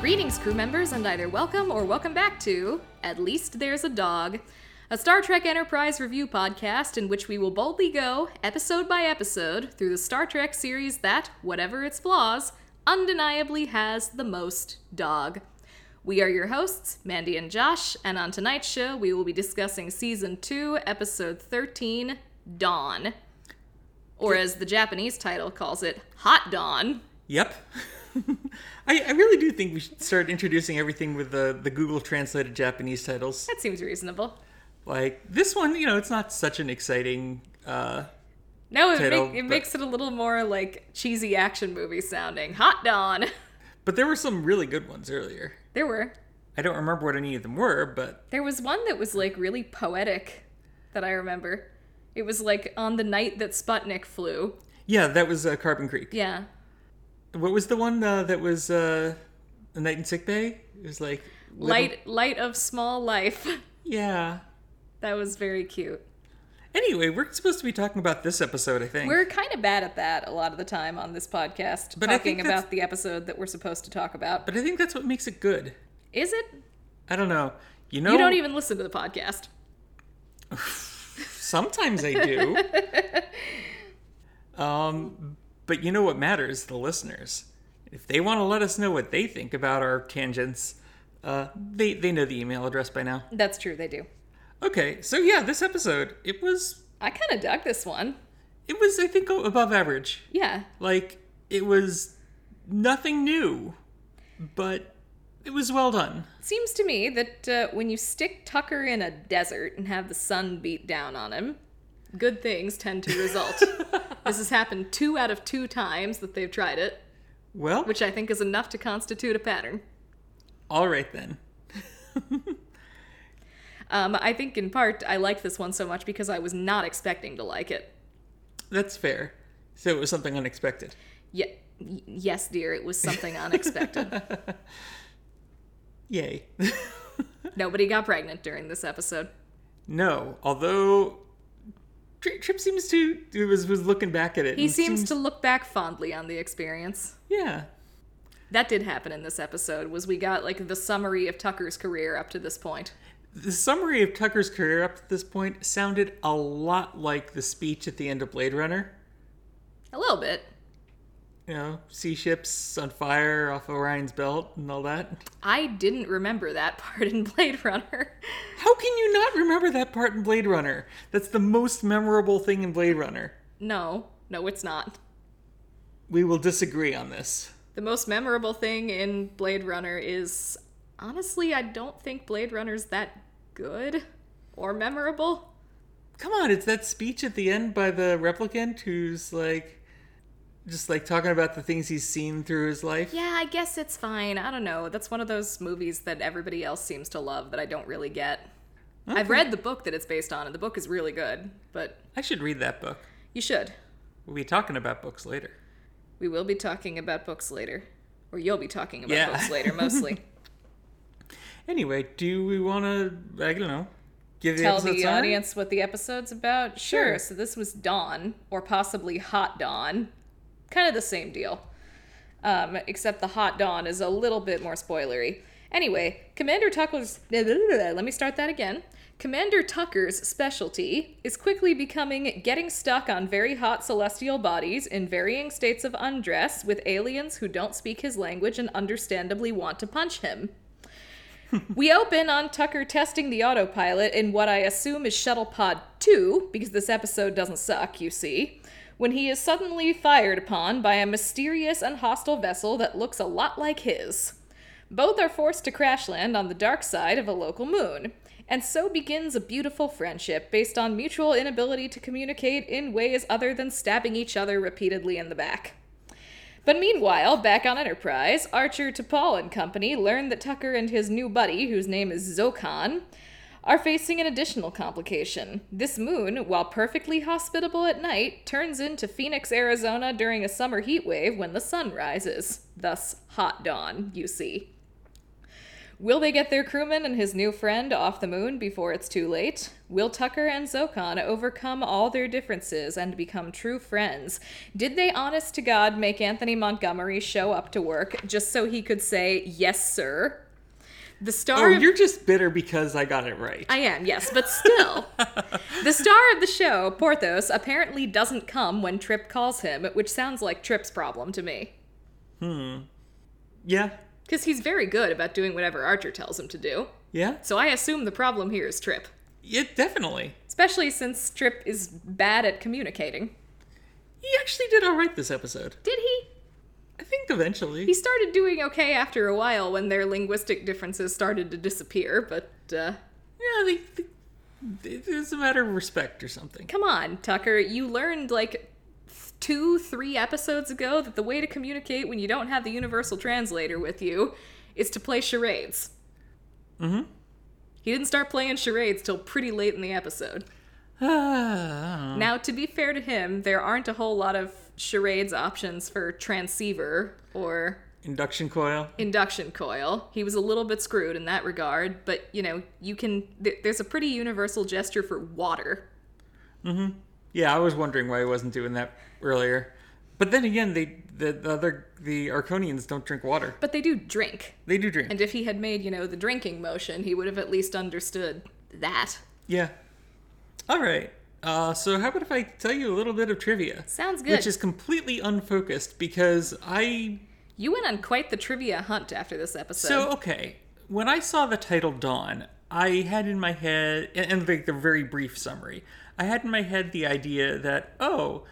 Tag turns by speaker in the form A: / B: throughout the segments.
A: Greetings, crew members, and either welcome or welcome back to At Least There's a Dog, a Star Trek Enterprise review podcast in which we will boldly go, episode by episode, through the Star Trek series that, whatever its flaws, undeniably has the most dog. We are your hosts, Mandy and Josh, and on tonight's show, we will be discussing season 2, episode 13, Dawn. Or as the Japanese title calls it, Hot Dawn.
B: Yep. I, I really do think we should start introducing everything with the, the Google translated Japanese titles.
A: That seems reasonable.
B: Like this one, you know, it's not such an exciting. Uh,
A: No, it,
B: Potato,
A: make, it
B: but-
A: makes it a little more like cheesy action movie sounding. Hot Dawn.
B: but there were some really good ones earlier.
A: There were.
B: I don't remember what any of them were, but
A: There was one that was like really poetic that I remember. It was like on the night that Sputnik flew.
B: yeah, that was uh, Carbon Creek.
A: Yeah.
B: What was the one uh, that was uh, the night in sick bay? It was like little-
A: Light light of small life.
B: Yeah.
A: That was very cute.
B: Anyway, we're supposed to be talking about this episode, I think.
A: We're kind of bad at that a lot of the time on this podcast,
B: But I
A: talking
B: think that's-
A: about the episode that we're supposed to talk about.
B: But I think that's what makes it good.
A: Is it?
B: I don't know. You know,
A: You don't even listen to the podcast.
B: Sometimes I do. um, but you know what matters? The listeners. If they want to let us know what they think about our tangents, uh, they, they know the email address by now.
A: That's true, they do.
B: Okay, so yeah, this episode, it was,
A: I kind of dug this one.
B: it was, I think, above average.
A: Yeah.
B: Like, it was nothing new, but it was well done.
A: Seems to me that uh, when you stick Tucker in a desert and have the sun beat down on him, good things tend to result. this has happened two out of two times that they've tried it,
B: Well,
A: which I think is enough to constitute a pattern.
B: all right then.
A: Um, I think in part I like this one so much because I was not expecting to like it.
B: That's fair. So it was something unexpected.
A: Yeah, y- yes, dear, it was something unexpected.
B: Yay.
A: Nobody got pregnant during this episode.
B: No, although Tri- Trip seems to it was was looking back at it.
A: He
B: and
A: seems to look back fondly on the experience.
B: yeah,
A: That did happen in this episode. Was we got like the summary of Tucker's career up to this point.
B: the summary of Tucker's career up to this point sounded a lot like the speech at the end of Blade Runner.
A: A little bit.
B: You know, sea ships on fire off Orion's belt and all that.
A: I didn't remember that part in Blade Runner.
B: How can you not remember that part in Blade Runner? That's the most memorable thing in Blade Runner.
A: No, no, it's not.
B: We will disagree on this.
A: The most memorable thing in Blade Runner is honestly, I don't think Blade Runner's that good or memorable.
B: Come on, it's that speech at the end by the replicant who's like just like talking about the things he's seen through his life.
A: Yeah, I guess it's fine. I don't know. That's one of those movies that everybody else seems to love that I don't really get. I've read the book that it's based on, and the book is really good, but
B: I should read that book.
A: you should.
B: We'll be talking about books later.
A: We will be talking about books later. Or you'll be talking about
B: Yeah.
A: books later, mostly.
B: Anyway, do we want to? I don't know. Give the
A: tell
B: episode
A: the
B: summary?
A: audience what the episode's about? Sure.
B: Sure.
A: So this was Dawn, or possibly Hot Dawn. Kind of the same deal. Um, except the Hot Dawn is a little bit more spoilery. Anyway, Commander Tucker's. Let me start that again. Commander Tucker's specialty is quickly becoming getting stuck on very hot celestial bodies in varying states of undress with aliens who don't speak his language and understandably want to punch him. We open on Tucker testing the autopilot in what I assume is Shuttle Pod 2, because this episode doesn't suck, you see, when he is suddenly fired upon by a mysterious and hostile vessel that looks a lot like his. Both are forced to crash land on the dark side of a local moon, and so begins a beautiful friendship based on mutual inability to communicate in ways other than stabbing each other repeatedly in the back. But meanwhile, back on Enterprise, Archer, T'Pol and company learn that Tucker and his new buddy, whose name is Zokan, are facing an additional complication. This moon, while perfectly hospitable at night, turns into Phoenix, Arizona during a summer heat wave when the sun rises. Thus, hot dawn, you see. Will they get their crewman and his new friend off the moon before it's too late? Will Tucker and Zocon overcome all their differences and become true friends? Did they, honest to God, make Anthony Montgomery show up to work just so he could say, Yes, sir? The
B: Oh,
A: star of
B: you're just bitter because I got it right.
A: I am, yes, but still. the star of the show, Porthos, apparently doesn't come when Trip calls him, which sounds like Trip's problem to me.
B: yeah.
A: Because he's very good about doing whatever Archer tells him to do.
B: Yeah.
A: So I assume the problem here is Trip,
B: Yeah, definitely.
A: especially since Trip is bad at communicating.
B: He actually did all right this episode.
A: Did he?
B: I think eventually.
A: He started doing okay after a while when their linguistic differences started to disappear, but uh,
B: yeah, they, they, it- it's a matter of respect or something.
A: come on, Tucker, you learned like th- two, three episodes ago that the way to communicate when you don't have the universal translator with you is to play charades. Mm-hmm. He didn't start playing charades till pretty late in the episode.
B: Ah,
A: Now, to be fair to him, there aren't a whole lot of charades options for transceiver or
B: induction coil.
A: induction coil. He was a little bit screwed in that regard, but you know, you can. Th- there's a pretty universal gesture for water.
B: Yeah, I was wondering why he wasn't doing that earlier. But then again, they the, the other the Arconians don't drink water.
A: But they do drink.
B: They do drink.
A: And if he had made, you know, the drinking motion, he would have at least understood that.
B: yeah. All right. Uh, so how about if I tell you a little bit of trivia?
A: Sounds good.
B: Which is completely unfocused because I
A: you went on quite the trivia hunt after this episode.
B: So okay, when I saw the title Dawn, I had in my head, and and like the very brief summary, I had in my head the idea that oh,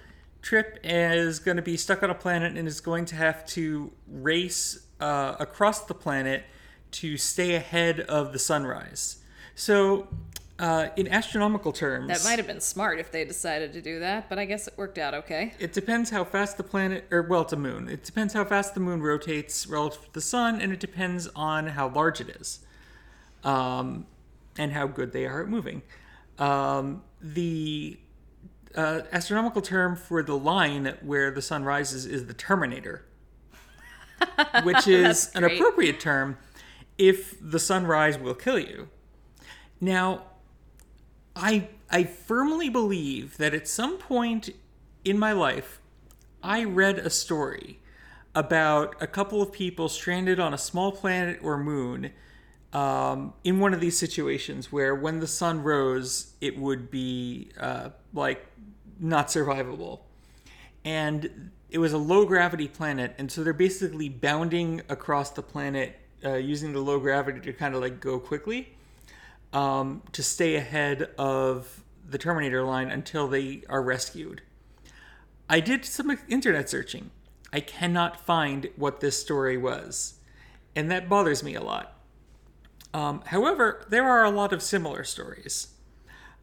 B: Trip is going to be stuck on a planet and is going to have to race uh, across the planet to stay ahead of the sunrise. So, uh, in astronomical terms,
A: that might have been smart if they decided to do that, but I guess it worked out okay.
B: it depends how fast the planet, or well, it's a moon. It depends how fast the moon rotates relative to the sun, and it depends on how large it is, um, and how good they are at moving. Um, the uh, astronomical term for the line where the sun rises is the terminator, which is an
A: great.
B: appropriate term if the sunrise will kill you. Now, I I firmly believe that at some point in my life, I read a story about a couple of people stranded on a small planet or moon um, in one of these situations where when the sun rose, it would be uh, like not survivable. And it was a low gravity planet, and so they're basically bounding across the planet uh, using the low gravity to kind of like go quickly um, to stay ahead of the Terminator line until they are rescued. I did some internet searching. I cannot find what this story was, and that bothers me a lot. Um, however, there are a lot of similar stories.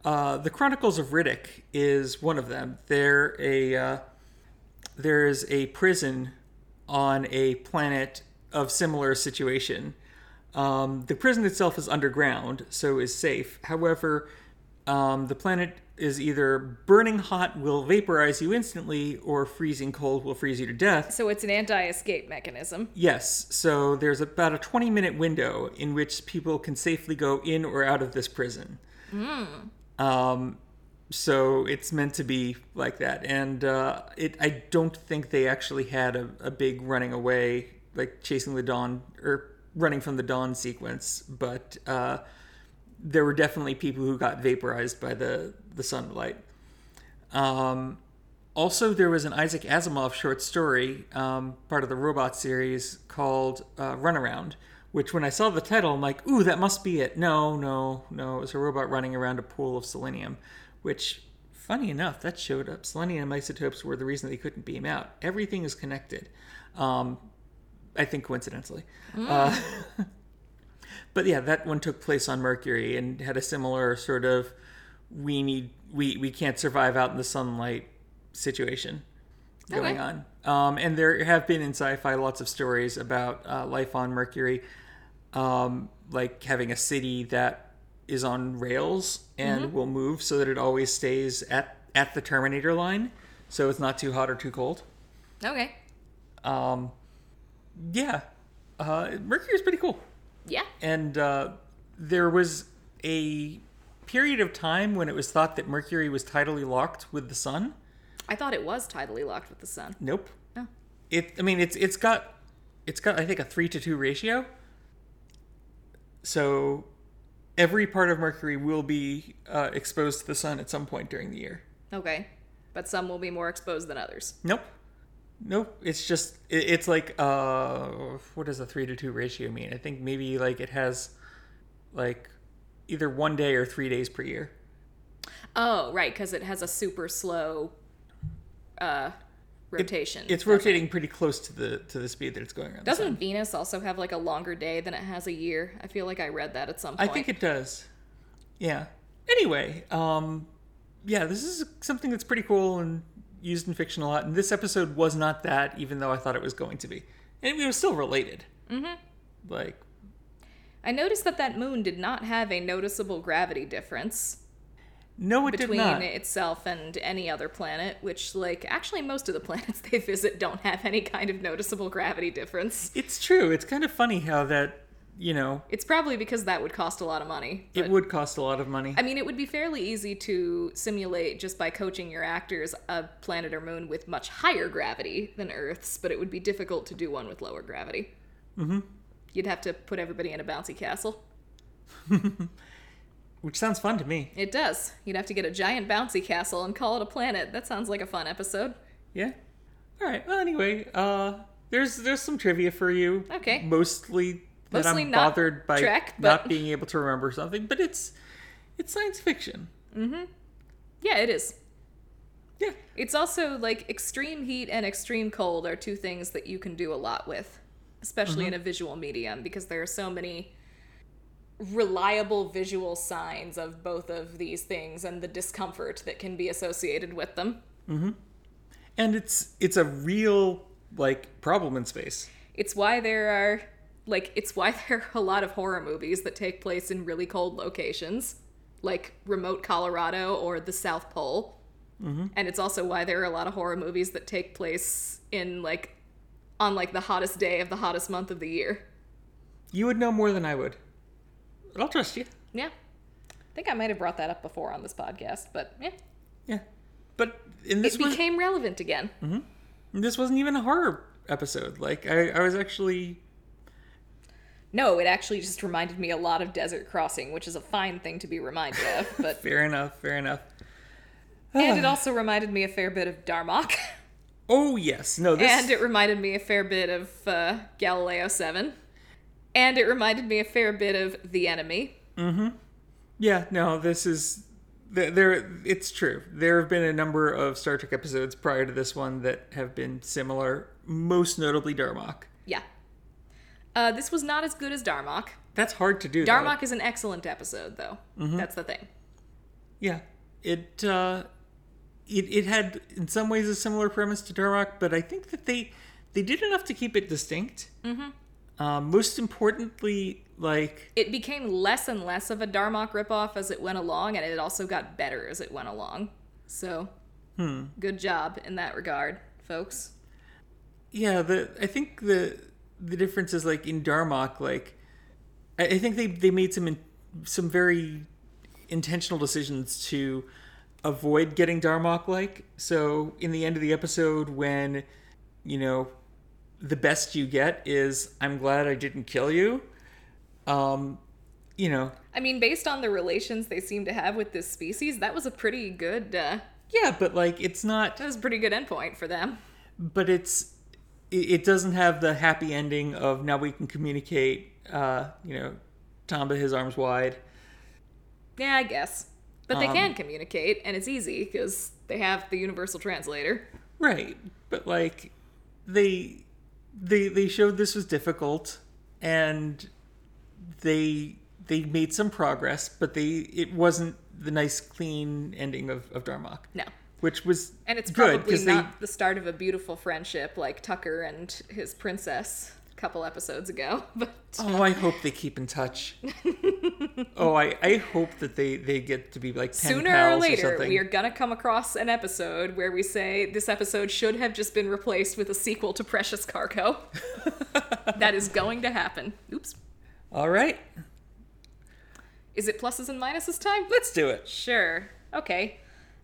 B: Uh, the Chronicles of Riddick is one of them. They're a uh, there is a prison on a planet of similar situation. Um, the prison itself is underground, so is safe. However, um, the planet is either burning hot will vaporize you instantly, or freezing cold will freeze you to death.
A: So it's an anti escape mechanism.
B: Yes, so there's about a 20 minute window in which people can safely go in or out of this prison. Um, so it's meant to be like that, and uh, it I don't think they actually had a, a big running away, like chasing the dawn or running from the dawn sequence, but uh, there were definitely people who got vaporized by the the sunlight. Um, also, there was an Isaac Asimov short story, um, part of the Robot series, called uh, Runaround, which when I saw the title, I'm like, ooh, that must be it. No, no, no. It was a robot running around a pool of selenium, which, funny enough, that showed up. Selenium isotopes were the reason they couldn't beam out. Everything is connected. Um, I think coincidentally. Uh, but yeah, that one took place on Mercury and had a similar sort of we need we we can't survive out in the sunlight situation
A: Okay.
B: going on. Um, and there have been in sci-fi lots of stories about uh, life on Mercury, um, like having a city that is on rails and will move so that it always stays at at the Terminator line, so it's not too hot or too cold.
A: Okay.
B: Um, yeah, uh, Mercury's pretty cool.
A: Yeah.
B: and uh, there was a period of time when it was thought that Mercury was tidally locked with the Sun.
A: I thought it was tidally locked with the sun.
B: Nope.
A: Oh.
B: It. I mean, it's it's got it's got I think a three to two ratio. So every part of Mercury will be uh, exposed to the Sun at some point during the year.
A: Okay. But some will be more exposed than others.
B: Nope. Nope. It's just it, it's like uh what does a three to two ratio mean? I think maybe like it has like either one day or three days per year.
A: Oh, right, because it has a super slow uh, rotation.
B: It's rotating pretty close to the to the speed that it's going around. the
A: Doesn't
B: sun.
A: Venus also have like a longer day than it has a year? I feel like I read that at some
B: I
A: point.
B: think it does. Yeah. Anyway, um yeah, this is something that's pretty cool and used in fiction a lot. And this episode was not that, even though I thought it was going to be. And it was still related. Mm-hmm. Like
A: I noticed that that moon did not have a noticeable gravity difference
B: no, it did
A: between
B: not.
A: itself and any other planet, which, like, actually, most of the planets they visit don't have any kind of noticeable gravity difference.
B: It's true. It's kind of funny how that, you know,
A: It's probably because that would cost a lot of money.
B: it would cost a lot of money.
A: I mean, it would be fairly easy to simulate just by coaching your actors a planet or moon with much higher gravity than Earth's, but it would be difficult to do one with lower gravity. Mm-hmm. You'd have to put everybody in a bouncy castle.
B: Which sounds fun to me.
A: It does. You'd have to get a giant bouncy castle and call it a planet. That sounds like a fun episode.
B: Yeah. All right. Well, anyway, uh there's there's some trivia for you.
A: Okay.
B: Mostly that
A: Mostly
B: I'm
A: not
B: bothered by
A: Trek, but-
B: not being able to remember something, but it's it's science fiction.
A: Yeah, it is.
B: Yeah.
A: It's also like extreme heat and extreme cold are two things that you can do a lot with, especially in a visual medium, because there are so many reliable visual signs of both of these things and the discomfort that can be associated with them.
B: And it's it's a real like problem in space.
A: It's why there are like it's why there are a lot of horror movies that take place in really cold locations, like remote Colorado or the South Pole.
B: Mm-hmm.
A: And it's also why there are a lot of horror movies that take place in like on like the hottest day of the hottest month of the year.
B: You would know more than I would. But I'll trust you.
A: Yeah. I think I might have brought that up before on this podcast, but yeah.
B: Yeah. But in this
A: It
B: one Mm-hmm.
A: became relevant again.
B: this wasn't even a horror episode. Like I, I was actually
A: No, it actually just reminded me a lot of Desert Crossing, which is a fine thing to be reminded of, but
B: fair enough, fair enough.
A: and it also reminded me a fair bit of Darmok.
B: Oh yes, no this
A: And it reminded me a fair bit of uh, Galileo 7. And it reminded me a fair bit of The Enemy.
B: yeah no this is there, there. It's true. There have been a number of Star Trek episodes prior to this one that have been similar, most notably Darmok.
A: Yeah. Uh, this was not as good as Darmok.
B: That's hard to do. though.
A: Darmok is an excellent episode, though. That's the thing.
B: Yeah, it uh, it it had in some ways a similar premise to Darmok, but I think that they they did enough to keep it distinct. Mm-hmm. Um, most importantly, like
A: It became less and less of a Darmok ripoff as it went along, and it also got better as it went along. So, good job in that regard, folks.
B: yeah the i think the the difference is like in darmok like i, I think they they made some in, some very intentional decisions to avoid getting darmok like so in the end of the episode when you know the best you get is i'm glad i didn't kill you um you know
A: I mean, based on the relations they seem to have with this species, that was a pretty good, uh,
B: yeah but like it's not
A: that was a pretty good endpoint for them.
B: but it's it it doesn't have the happy ending of now we can communicate uh you know tomba his arms wide
A: Yeah, I guess. But they
B: Um,
A: can communicate, and it's easy because they have the universal translator.
B: right but like they they they showed this was difficult and they they made some progress but they it wasn't the nice clean ending of of darmok
A: No.
B: which was
A: And it's
B: good
A: probably
B: they
A: not the start of a beautiful friendship like Tucker and his princess a couple episodes ago. But
B: oh i hope they keep in touch oh i i hope that they they get to be like pen
A: sooner
B: pals
A: or
B: or
A: later,
B: something.
A: we are going to come across an episode where we say this episode should have just been replaced with a sequel to Precious Cargo. that is going to happen. Oops.
B: All right,
A: Is it pluses and minuses time?
B: let's do it.
A: Sure. Okay.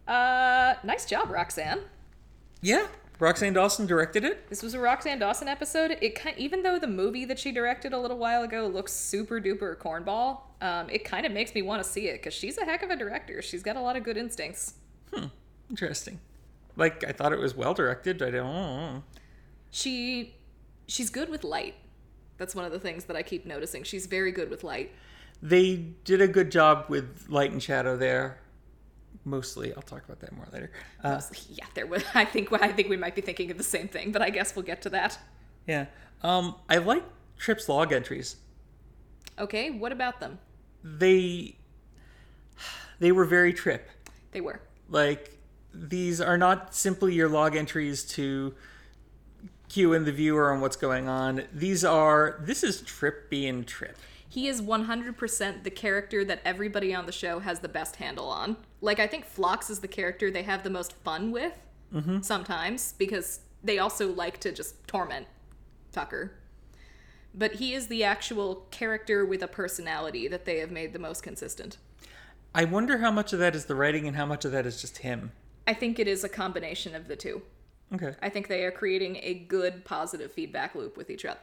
A: Uh, nice job, Roxanne.
B: Yeah, Roxanne Dawson directed it.
A: This was a Roxanne Dawson episode. It kind, even though the movie that she directed a little while ago looks super duper cornball, um, it kind of makes me want to see it because she's a heck of a director. She's got a lot of good instincts.
B: Interesting. Like I thought it was well directed. I don't.
A: She, she's good with light. That's one of the things that I keep noticing. She's very good with light.
B: They did a good job with light and shadow there. Mostly, I'll talk about that more later. Uh,
A: Yeah, there was. I think I think we might be thinking of the same thing, but I guess we'll get to that.
B: yeah. Um, I like Tripp's log entries.
A: Okay, what about them?
B: They they were very Trip.
A: They were.
B: Like these are not simply your log entries to cue in the viewer on what's going on. These are this is Trip being Trip.
A: He is 100% the character that everybody on the show has the best handle on. Like, I think Phlox is the character they have the most fun with sometimes because they also like to just torment Tucker. But he is the actual character with a personality that they have made the most consistent.
B: I wonder how much of that is the writing and how much of that is just him.
A: I think it is a combination of the two.
B: Okay.
A: I think they are creating a good positive feedback loop with each other.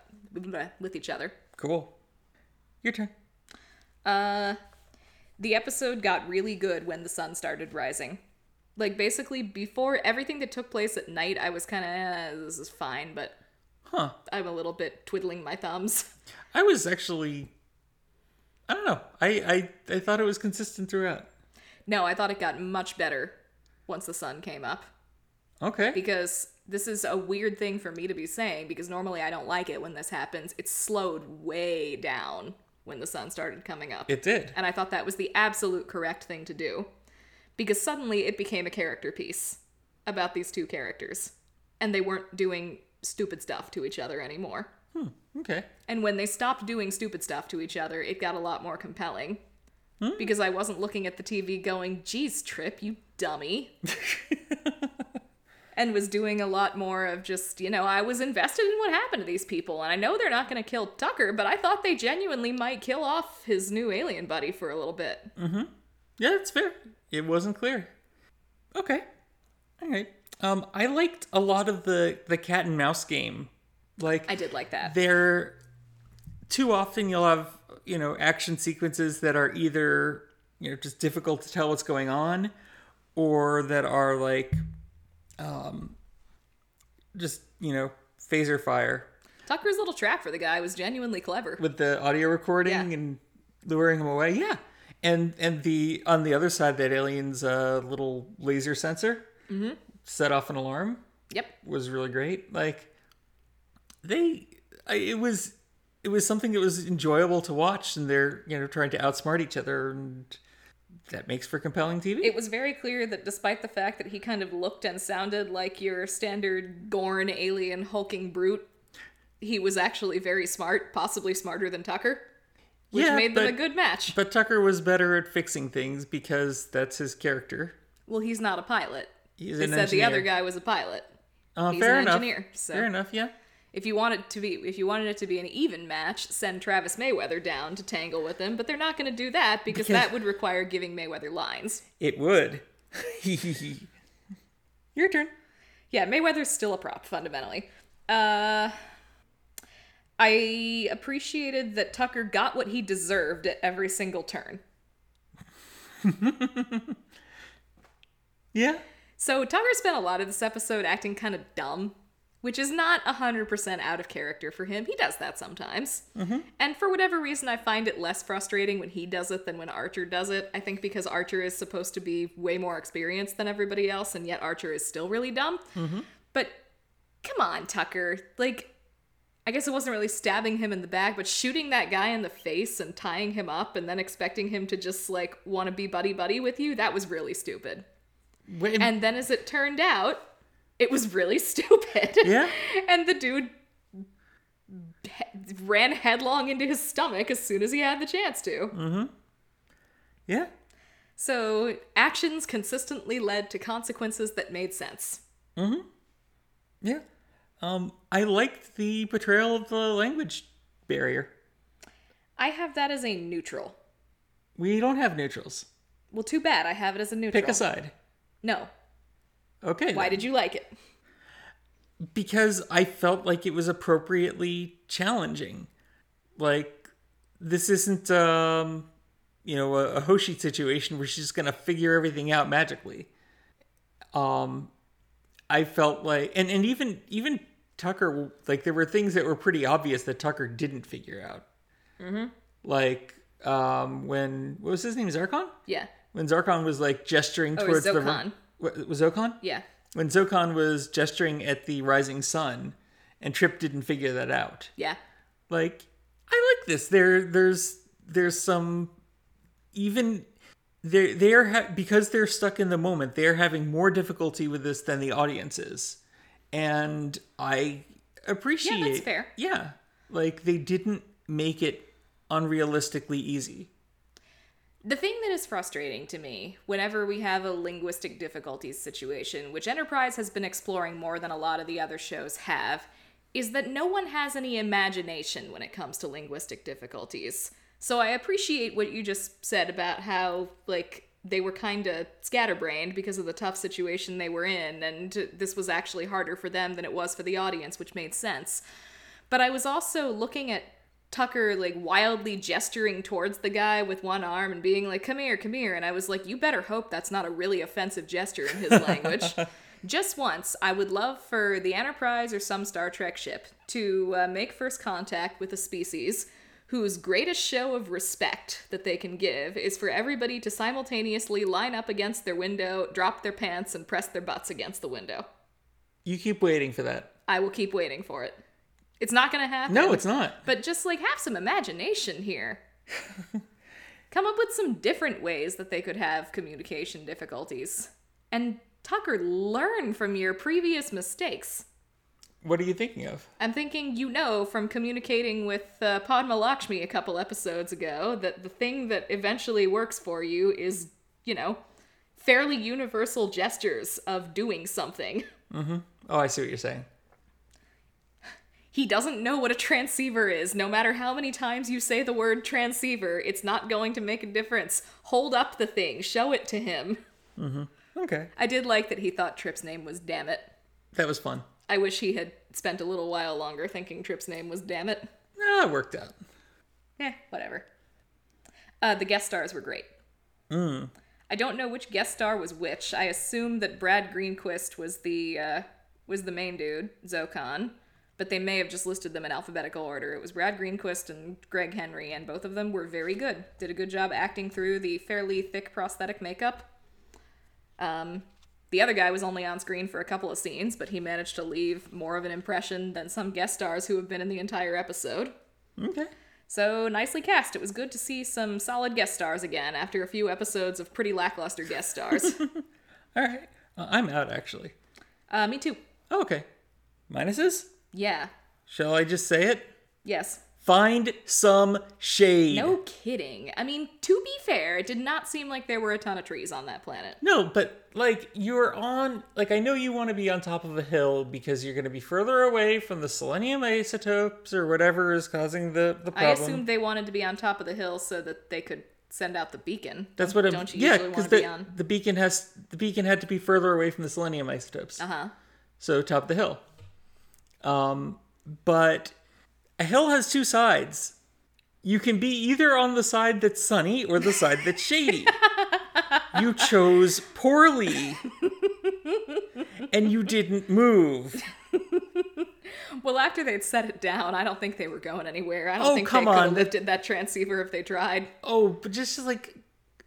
A: With each other.
B: Cool. Your turn.
A: Uh, the episode got really good when the sun started rising. Like basically before everything that took place at night, I was kind of eh, this is fine, but
B: Huh.
A: I'm a little bit twiddling my thumbs.
B: I was actually I don't know. I I, I thought it was consistent throughout.
A: no, I thought it got much better once the sun came up
B: Okay.
A: because this is a weird thing for me to be saying because normally I don't like it when this happens. It slowed way down when the sun started coming up.
B: It did.
A: and I thought that was the absolute correct thing to do because suddenly it became a character piece about these two characters and they weren't doing stupid stuff to each other anymore.
B: Okay.
A: And when they stopped doing stupid stuff to each other, it got a lot more compelling because I wasn't looking at the TV going, "Geez, Trip, you dummy." And was doing a lot more of just, you know, I was invested in what happened to these people, and I know they're not going to kill Tucker, but I thought they genuinely might kill off his new alien buddy for a little bit.
B: Yeah, it's fair. It wasn't clear. Okay. All right. Um I liked a lot of the the cat and mouse game. Like
A: I did like that.
B: they're too often you'll have you know action sequences that are either you know just difficult to tell what's going on or that are like um just you know phaser fire
A: Tucker's little trap for the guy was genuinely clever.
B: with the audio recording
A: Yeah.
B: and luring him away yeah and and the on the other side that alien's uh little laser sensor set off an alarm
A: Yep.
B: was really great. Like they, I, it was it was something that was enjoyable to watch, and they're you know trying to outsmart each other, and that makes for compelling TV.
A: It was very clear that despite the fact that he kind of looked and sounded like your standard Gorn alien hulking brute, he was actually very smart, possibly smarter than Tucker, which
B: Yeah,
A: made them a
B: but-
A: good match.
B: but Tucker was better at fixing things because that's his character.
A: well, he's not a pilot.
B: He's
A: They
B: an
A: said
B: engineer.
A: the other guy was a pilot.
B: Uh,
A: he's
B: fair
A: an
B: enough.
A: engineer, so-
B: Fair enough. Yeah.
A: If you want it to be if you wanted it to be an even match, send Travis Mayweather down to tangle with him, but they're not going to do that because
B: Because-
A: that would require giving Mayweather lines.
B: It would. Your turn.
A: Yeah, Mayweather's still a prop fundamentally. Uh I appreciated that Tucker got what he deserved at every single turn.
B: Yeah.
A: So Tucker spent a lot of this episode acting kind of dumb, which is not 100% out of character for him. He does that sometimes. And for whatever reason, I find it less frustrating when he does it than when Archer does it. I think because Archer is supposed to be way more experienced than everybody else, and yet Archer is still really dumb. But come on, Tucker. Like, I guess it wasn't really stabbing him in the back, but shooting that guy in the face and tying him up and then expecting him to just, like, want to be buddy buddy with you, that was really stupid.
B: Wait,
A: And then as it turned out, it was really stupid.
B: Yeah.
A: and the dude he- ran headlong into his stomach as soon as he had the chance to.
B: Mm. yeah.
A: So actions consistently led to consequences that made sense.
B: Yeah. Um, I liked the portrayal of the language barrier.
A: I have that as a neutral.
B: We don't have neutrals.
A: Well, too bad. I have it as a neutral.
B: Pick a side.
A: No.
B: Okay.
A: Why
B: then.
A: did you like it?
B: because I felt like it was appropriately challenging. Like this isn't um you know a, a Hoshi situation where she's going to figure everything out magically. Um I felt like and and even even Tucker like there were things that were pretty obvious that Tucker didn't figure out.
A: Mm-hmm.
B: Like um when what was his name Zarkon?
A: Yeah.
B: When Zarkon was like gesturing
A: Oh, it was
B: towards the
A: Zokan.
B: Wa- was Zokan?
A: Yeah.
B: when Zokan was gesturing at the rising sun, and Trip didn't figure that out.
A: Yeah.
B: Like, I like this. There, there's, there's some, even they they're ha- because they're stuck in the moment. They're having more difficulty with this than the audience is, and I appreciate.
A: fair.
B: Yeah, like they didn't make it unrealistically easy.
A: The thing that is frustrating to me whenever we have a linguistic difficulties situation, which Enterprise has been exploring more than a lot of the other shows have, is that no one has any imagination when it comes to linguistic difficulties. So I appreciate what you just said about how, like, they were kind of scatterbrained because of the tough situation they were in, and this was actually harder for them than it was for the audience, which made sense. But I was also looking at Tucker like wildly gesturing towards the guy with one arm and being like, "Come here, come here," and I was like, "You better hope that's not a really offensive gesture in his language." Just once, I would love for the Enterprise or some Star Trek ship to uh, make first contact with a species whose greatest show of respect that they can give is for everybody to simultaneously line up against their window, drop their pants, and press their butts against the window.
B: You keep waiting for that.
A: I will keep waiting for it. It's not going to happen.
B: No, it's not.
A: But just like have some imagination here. Come up with some different ways that they could have communication difficulties. And Tucker, learn from your previous mistakes.
B: What are you thinking of?
A: I'm thinking, you know, from communicating with uh, Padma Lakshmi a couple episodes ago, that the thing that eventually works for you is, you know, fairly universal gestures of doing something.
B: Oh, I see what you're saying.
A: He doesn't know what a transceiver is. No matter how many times you say the word transceiver, it's not going to make a difference. Hold up the thing, show it to him.
B: Okay,
A: I did like that he thought Trip's name was Damn It.
B: that was fun.
A: I wish he had spent a little while longer thinking Trip's name was Damn It.
B: No, it worked out.
A: Eh, whatever. Uh, the guest stars were great. I don't know which guest star was which. I assume that Brad Greenquist was the uh, was the main dude, Zokan, but they may have just listed them in alphabetical order. It was Brad Greenquist and Greg Henry, and both of them were very good. Did a good job acting through the fairly thick prosthetic makeup. Um, the other guy was only on screen for a couple of scenes, but he managed to leave more of an impression than some guest stars who have been in the entire episode.
B: Okay.
A: So nicely cast. It was good to see some solid guest stars again after a few episodes of pretty lackluster guest stars.
B: All right. Uh, I'm out, actually.
A: uh, me too.
B: Oh, okay. Minuses?
A: Yeah.
B: Shall I just say it?
A: Yes.
B: Find some shade.
A: No kidding. I mean, to be fair, it did not seem like there were a ton of trees on that planet.
B: No, but like you're on, like I know you want to be on top of a hill because you're going to be further away from the selenium isotopes or whatever is causing the, the
A: I
B: problem.
A: assumed they wanted to be on top of the hill so that they could send out the beacon.
B: That's what I'm.
A: Don't you
B: yeah,
A: usually want
B: because
A: to be
B: the,
A: on?
B: the beacon has the beacon had to be further away from the selenium isotopes.
A: Uh huh.
B: so top of the hill. Um, but a hill has two sides. You can be either on the side that's sunny or the side that's shady. you chose poorly. and you didn't move.
A: Well, after they'd set it down, I don't think they were going anywhere. I don't
B: Oh,
A: think
B: come
A: they could
B: on,
A: have
B: that-
A: lifted that transceiver if they tried.
B: Oh, but just like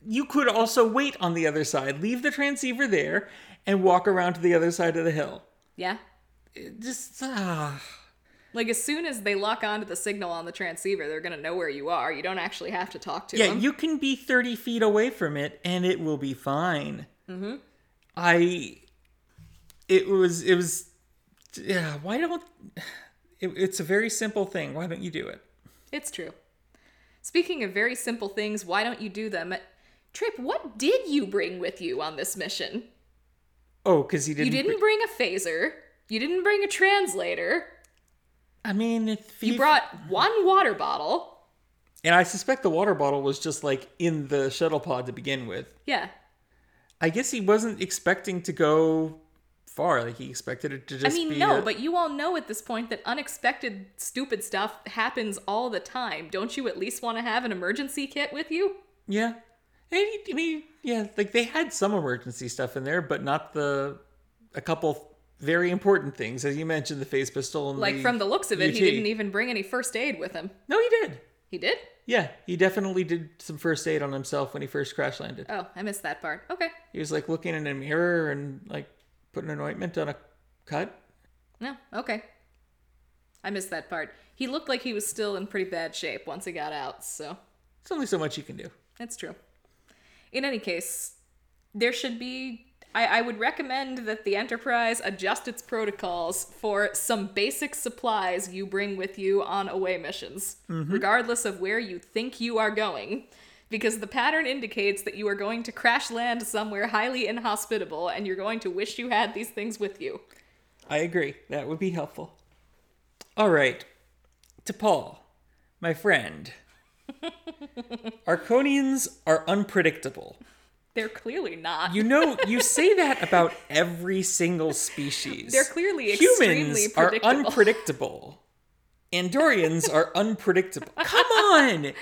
B: you could also wait on the other side, leave the transceiver there, and walk around to the other side of the hill.
A: Yeah.
B: It just ah.
A: Like as soon as they lock onto the signal on the transceiver, they're gonna know where you are. You don't actually have to talk to
B: Yeah,
A: them.
B: you can be 30 feet away from it and it will be fine. Mm-hmm. I. It was. It was. Yeah, why don't. It, it's a very simple thing. Why don't you do it?
A: it's true. Speaking of very simple things, why don't you do them? Trip, what did you bring with you on this mission?
B: Oh, because he didn't.
A: You didn't bring a phaser. You didn't bring a translator.
B: I mean, if
A: You brought one water bottle.
B: And I suspect the water bottle was just like in the shuttle pod to begin with.
A: Yeah.
B: I guess he wasn't expecting to go far. Like he expected it to
A: I
B: just be
A: mean, no,
B: a-
A: but you all know at this point that unexpected, stupid stuff happens all the time. Don't you at least want to have an emergency kit with you?
B: Yeah. And he- I mean, yeah, like they had some emergency stuff in there, but not the a couple very important things, as you mentioned, the phase pistol and
A: Like,
B: the
A: from the looks of it, he
B: UT.
A: didn't even bring any first aid with him.
B: No, he did.
A: He did?
B: Yeah, he definitely did some first aid on himself when he first crash landed.
A: Oh, I missed that part. Okay.
B: He was like looking in a mirror and like putting an ointment on a cut.
A: No, okay. I missed that part. He looked like he was still in pretty bad shape once he got out, so
B: There's only so much you can do.
A: that's true. In any case, there should be. I, I would recommend that the Enterprise adjust its protocols for some basic supplies you bring with you on away missions, regardless of where you think you are going. Because the pattern indicates that you are going to crash land somewhere highly inhospitable and you're going to wish you had these things with you.
B: I agree. That would be helpful. All right. To Paul, my friend. Arconians are unpredictable.
A: They're clearly not.
B: You know, you say that about every single species.
A: They're clearly
B: Humans
A: extremely
B: are
A: predictable.
B: unpredictable. Andorians are unpredictable. Come on.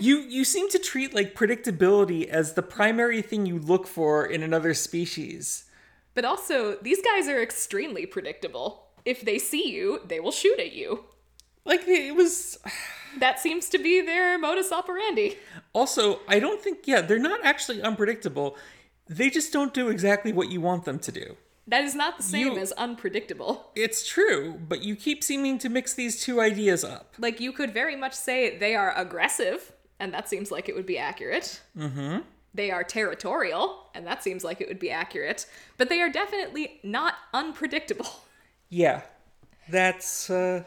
B: You you seem to treat like predictability as the primary thing you look for in another species.
A: but also, these guys are extremely predictable. If they see you, they will shoot at you.
B: Like it was
A: That seems to be their modus operandi.
B: Also, I don't think, yeah, they're not actually unpredictable. They just don't do exactly what you want them to do.
A: That is not the same
B: You-
A: as unpredictable.
B: It's true, but you keep seeming to mix these two ideas up.
A: Like, you could very much say they are aggressive, and that seems like it would be accurate. Mm hmm.
B: Mm-hmm.
A: They are territorial, and that seems like it would be accurate. But they are definitely not unpredictable.
B: Yeah. That's, uh,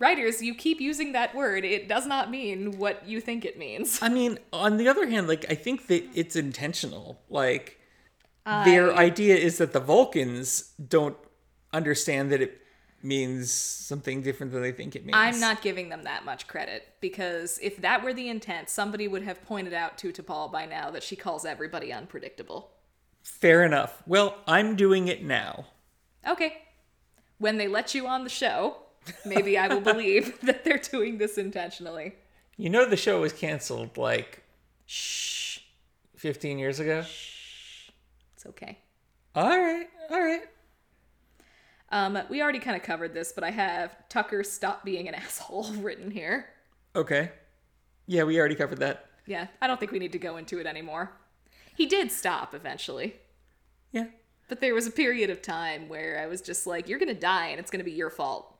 A: Writers, you keep using that word. It does not mean what you think it means.
B: I mean, on the other hand, like, I think that it's intentional. Like, their idea is that the Vulcans don't understand that it means something different than they think it means.
A: I'm not giving them that much credit because if that were the intent, somebody would have pointed out to T'Pol by now that she calls everybody unpredictable.
B: Fair enough. Well, I'm doing it now.
A: Okay. When they let you on the show, maybe I will believe that they're doing this intentionally.
B: You know, the show was canceled like
A: Shh.
B: 15 years ago.
A: It's okay.
B: All right, all right.
A: Um, we already kind of covered this, but I have Tucker stop being an asshole written here.
B: Okay. Yeah, we already covered that.
A: Yeah, I don't think we need to go into it anymore. He did stop eventually.
B: Yeah.
A: But there was a period of time where I was just like, you're going to die and it's going to be your fault.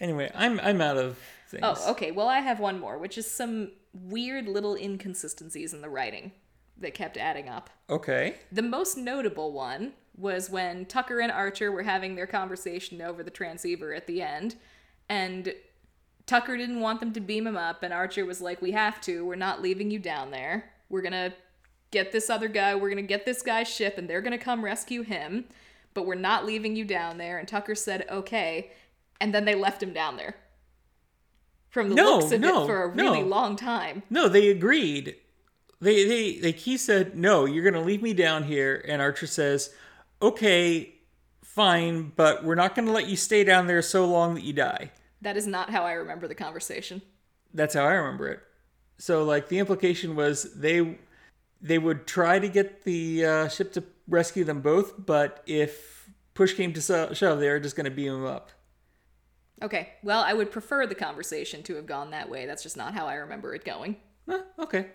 B: Anyway, I'm I'm out of things.
A: Oh, okay. Well, I have one more, which is some weird little inconsistencies in the writing that kept adding up.
B: okay.
A: The most notable one was when Tucker and Archer were having their conversation over the transceiver at the end, and Tucker didn't want them to beam him up, and Archer was like, We have to. We're not leaving you down there. We're going to get this other guy. We're going to get this guy's ship, and they're going to come rescue him, but we're not leaving you down there. And Tucker said, Okay. And then they left him down there. From the
B: No,
A: looks of
B: no,
A: it for a
B: no.
A: really long time.
B: No, they agreed. They they like he said, "No, you're going to leave me down here." And Archer says, "Okay, fine, but we're not going to let you stay down there so long that you die."
A: That is not how I remember the conversation.
B: That's how I remember it. So like the implication was they they would try to get the uh, ship to rescue them both, but if push came to so- shove, they were just going to beam them up.
A: Okay. Well, I would prefer the conversation to have gone that way. That's just not how I remember it going.
B: Huh, okay.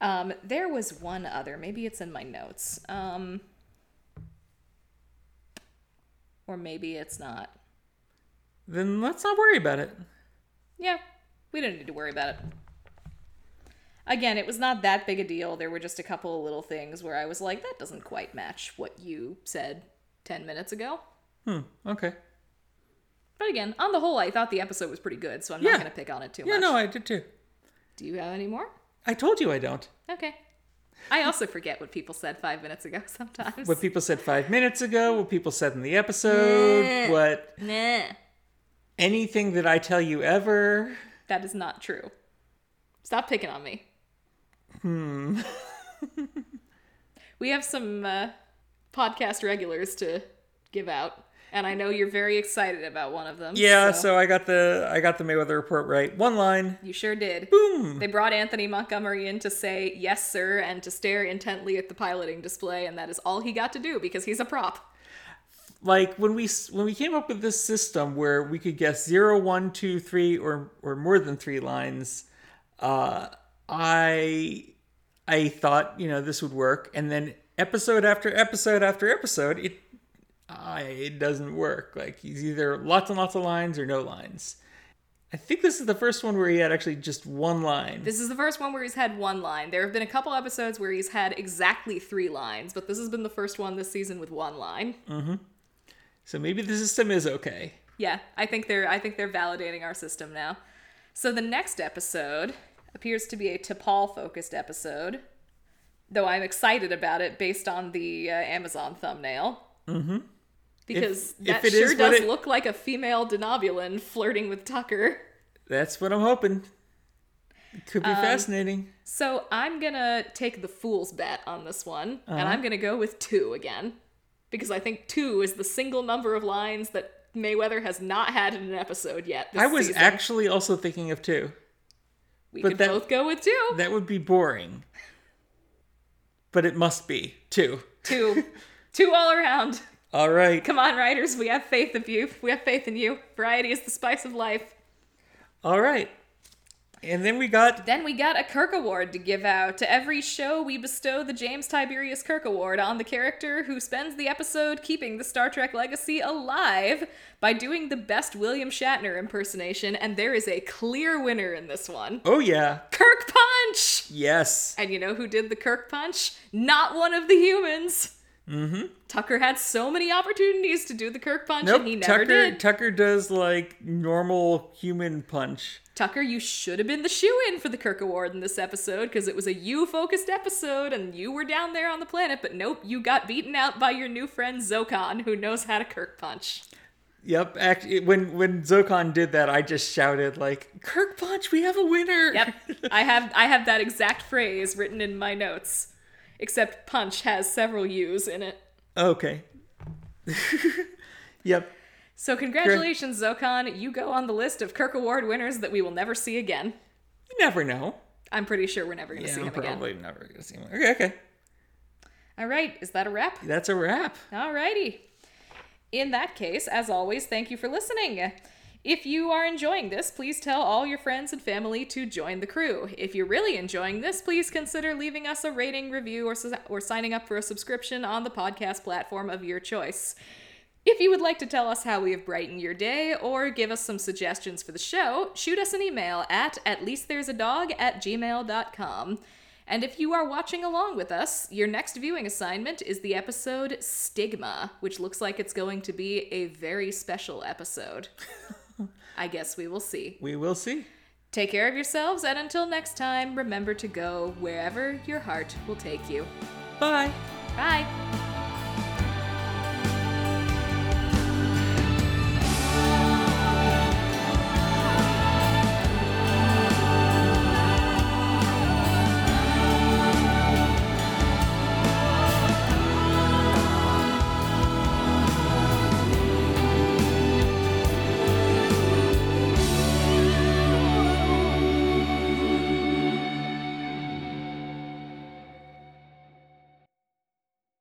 A: Um, there was one other. Maybe it's in my notes. Um, or maybe it's not.
B: Then let's not worry about it.
A: Yeah, we don't need to worry about it. Again, it was not that big a deal. There were just a couple of little things where I was like, that doesn't quite match what you said 10 minutes ago.
B: Hmm, Okay.
A: But again, on the whole, I thought the episode was pretty good, so I'm
B: Yeah.
A: not going to pick on it too
B: Yeah,
A: much.
B: no, I did too.
A: Do you have any more?
B: I told you I don't.
A: Okay. I also forget what people said five minutes ago sometimes.
B: What people said five minutes ago, what people said in the episode,
A: Yeah.
B: what
A: Nah.
B: anything that I tell you ever.
A: That is not true. Stop picking on me. Hmm. we have some uh, podcast regulars to give out, and I know you're very excited about one of them.
B: Yeah, so. I got the I got the Mayweather report right. One line.
A: you sure did.
B: Boom.
A: They brought Anthony Montgomery in to say yes, sir, and to stare intently at the piloting display, and that is all he got to do because he's a prop.
B: Like when we s- when we came up with this system where we could guess zero, one, two, three, or or more than three lines, uh, I I thought you know this would work, and then episode after episode after episode, it I it doesn't work. Like he's either lots and lots of lines or no lines. I think this is the first one where he had actually just one line.
A: This is the first one where he's had one line. There have been a couple episodes where he's had exactly three lines, but this has been the first one this season with one line.
B: So maybe the system is okay.
A: Yeah, I think they're I think they're validating our system now. So the next episode appears to be a T'Pol focused episode, though I'm excited about it based on the uh, Amazon thumbnail. Mm-hmm. Because
B: If-
A: that
B: if it is
A: sure
B: what
A: does
B: it-
A: look like a female Denobulin flirting with Tucker.
B: That's what I'm hoping. It could
A: Um,
B: be fascinating.
A: So I'm gonna take the fool's bet on this one,
B: Uh-huh.
A: and I'm gonna go with two again, because I think two is the single number of lines that Mayweather has not had in an episode yet. This
B: I was
A: season.
B: actually also thinking of two.
A: we
B: but
A: could
B: that-
A: both go with two.
B: That would be boring. But it must be two.
A: two, two all around.
B: All right.
A: Come on, writers, we have faith of you. We have faith in you. Variety is the spice of life.
B: All right. And then we got
A: Then we got a Kirk Award to give out. To every show, we bestow the James Tiberius Kirk Award on the character who spends the episode keeping the Star Trek legacy alive by doing the best William Shatner impersonation, and there is a clear winner in this one
B: Oh yeah.
A: Kirk Punch!
B: Yes.
A: And you know who did the Kirk Punch? Not one of the humans!
B: Mm-hmm.
A: Mm hmm. Tucker had so many opportunities to do the Kirk Punch,
B: Nope.
A: and he never
B: Tucker
A: did.
B: Tucker does like normal human punch.
A: Tucker, you should have been the shoe in for the Kirk Award in this episode because it was a you focused episode and you were down there on the planet, but nope, you got beaten out by your new friend Zokon, who knows how to Kirk punch.
B: Yep. Act- it- when when Zokon did that, I just shouted like, "Kirk punch! We have a winner!"
A: Yep, I have I have that exact phrase written in my notes, except punch has several U's in it.
B: Okay. yep.
A: So congratulations, Zokon, you go on the list of Kirk Award winners that we will never see again.
B: You never know.
A: I'm pretty sure we're never going to see
B: I'm
A: him again.
B: probably never gonna see him. Okay, okay.
A: All right, is that a wrap?
B: That's a wrap.
A: Alrighty. In that case, as always, thank you for listening. If you are enjoying this, please tell all your friends and family to join the crew. If you're really enjoying this, please consider leaving us a rating, review, or, sus- or signing up for a subscription on the podcast platform of your choice. If you would like to tell us how we have brightened your day or give us some suggestions for the show, shoot us an email at at least there's a dog at gmail.com. And if you are watching along with us, your next viewing assignment is the episode Stigma, which looks like it's going to be a very special episode. I guess we will see.
B: We will see.
A: Take care of yourselves, and until next time, remember to go wherever your heart will take you.
B: Bye.
A: Bye!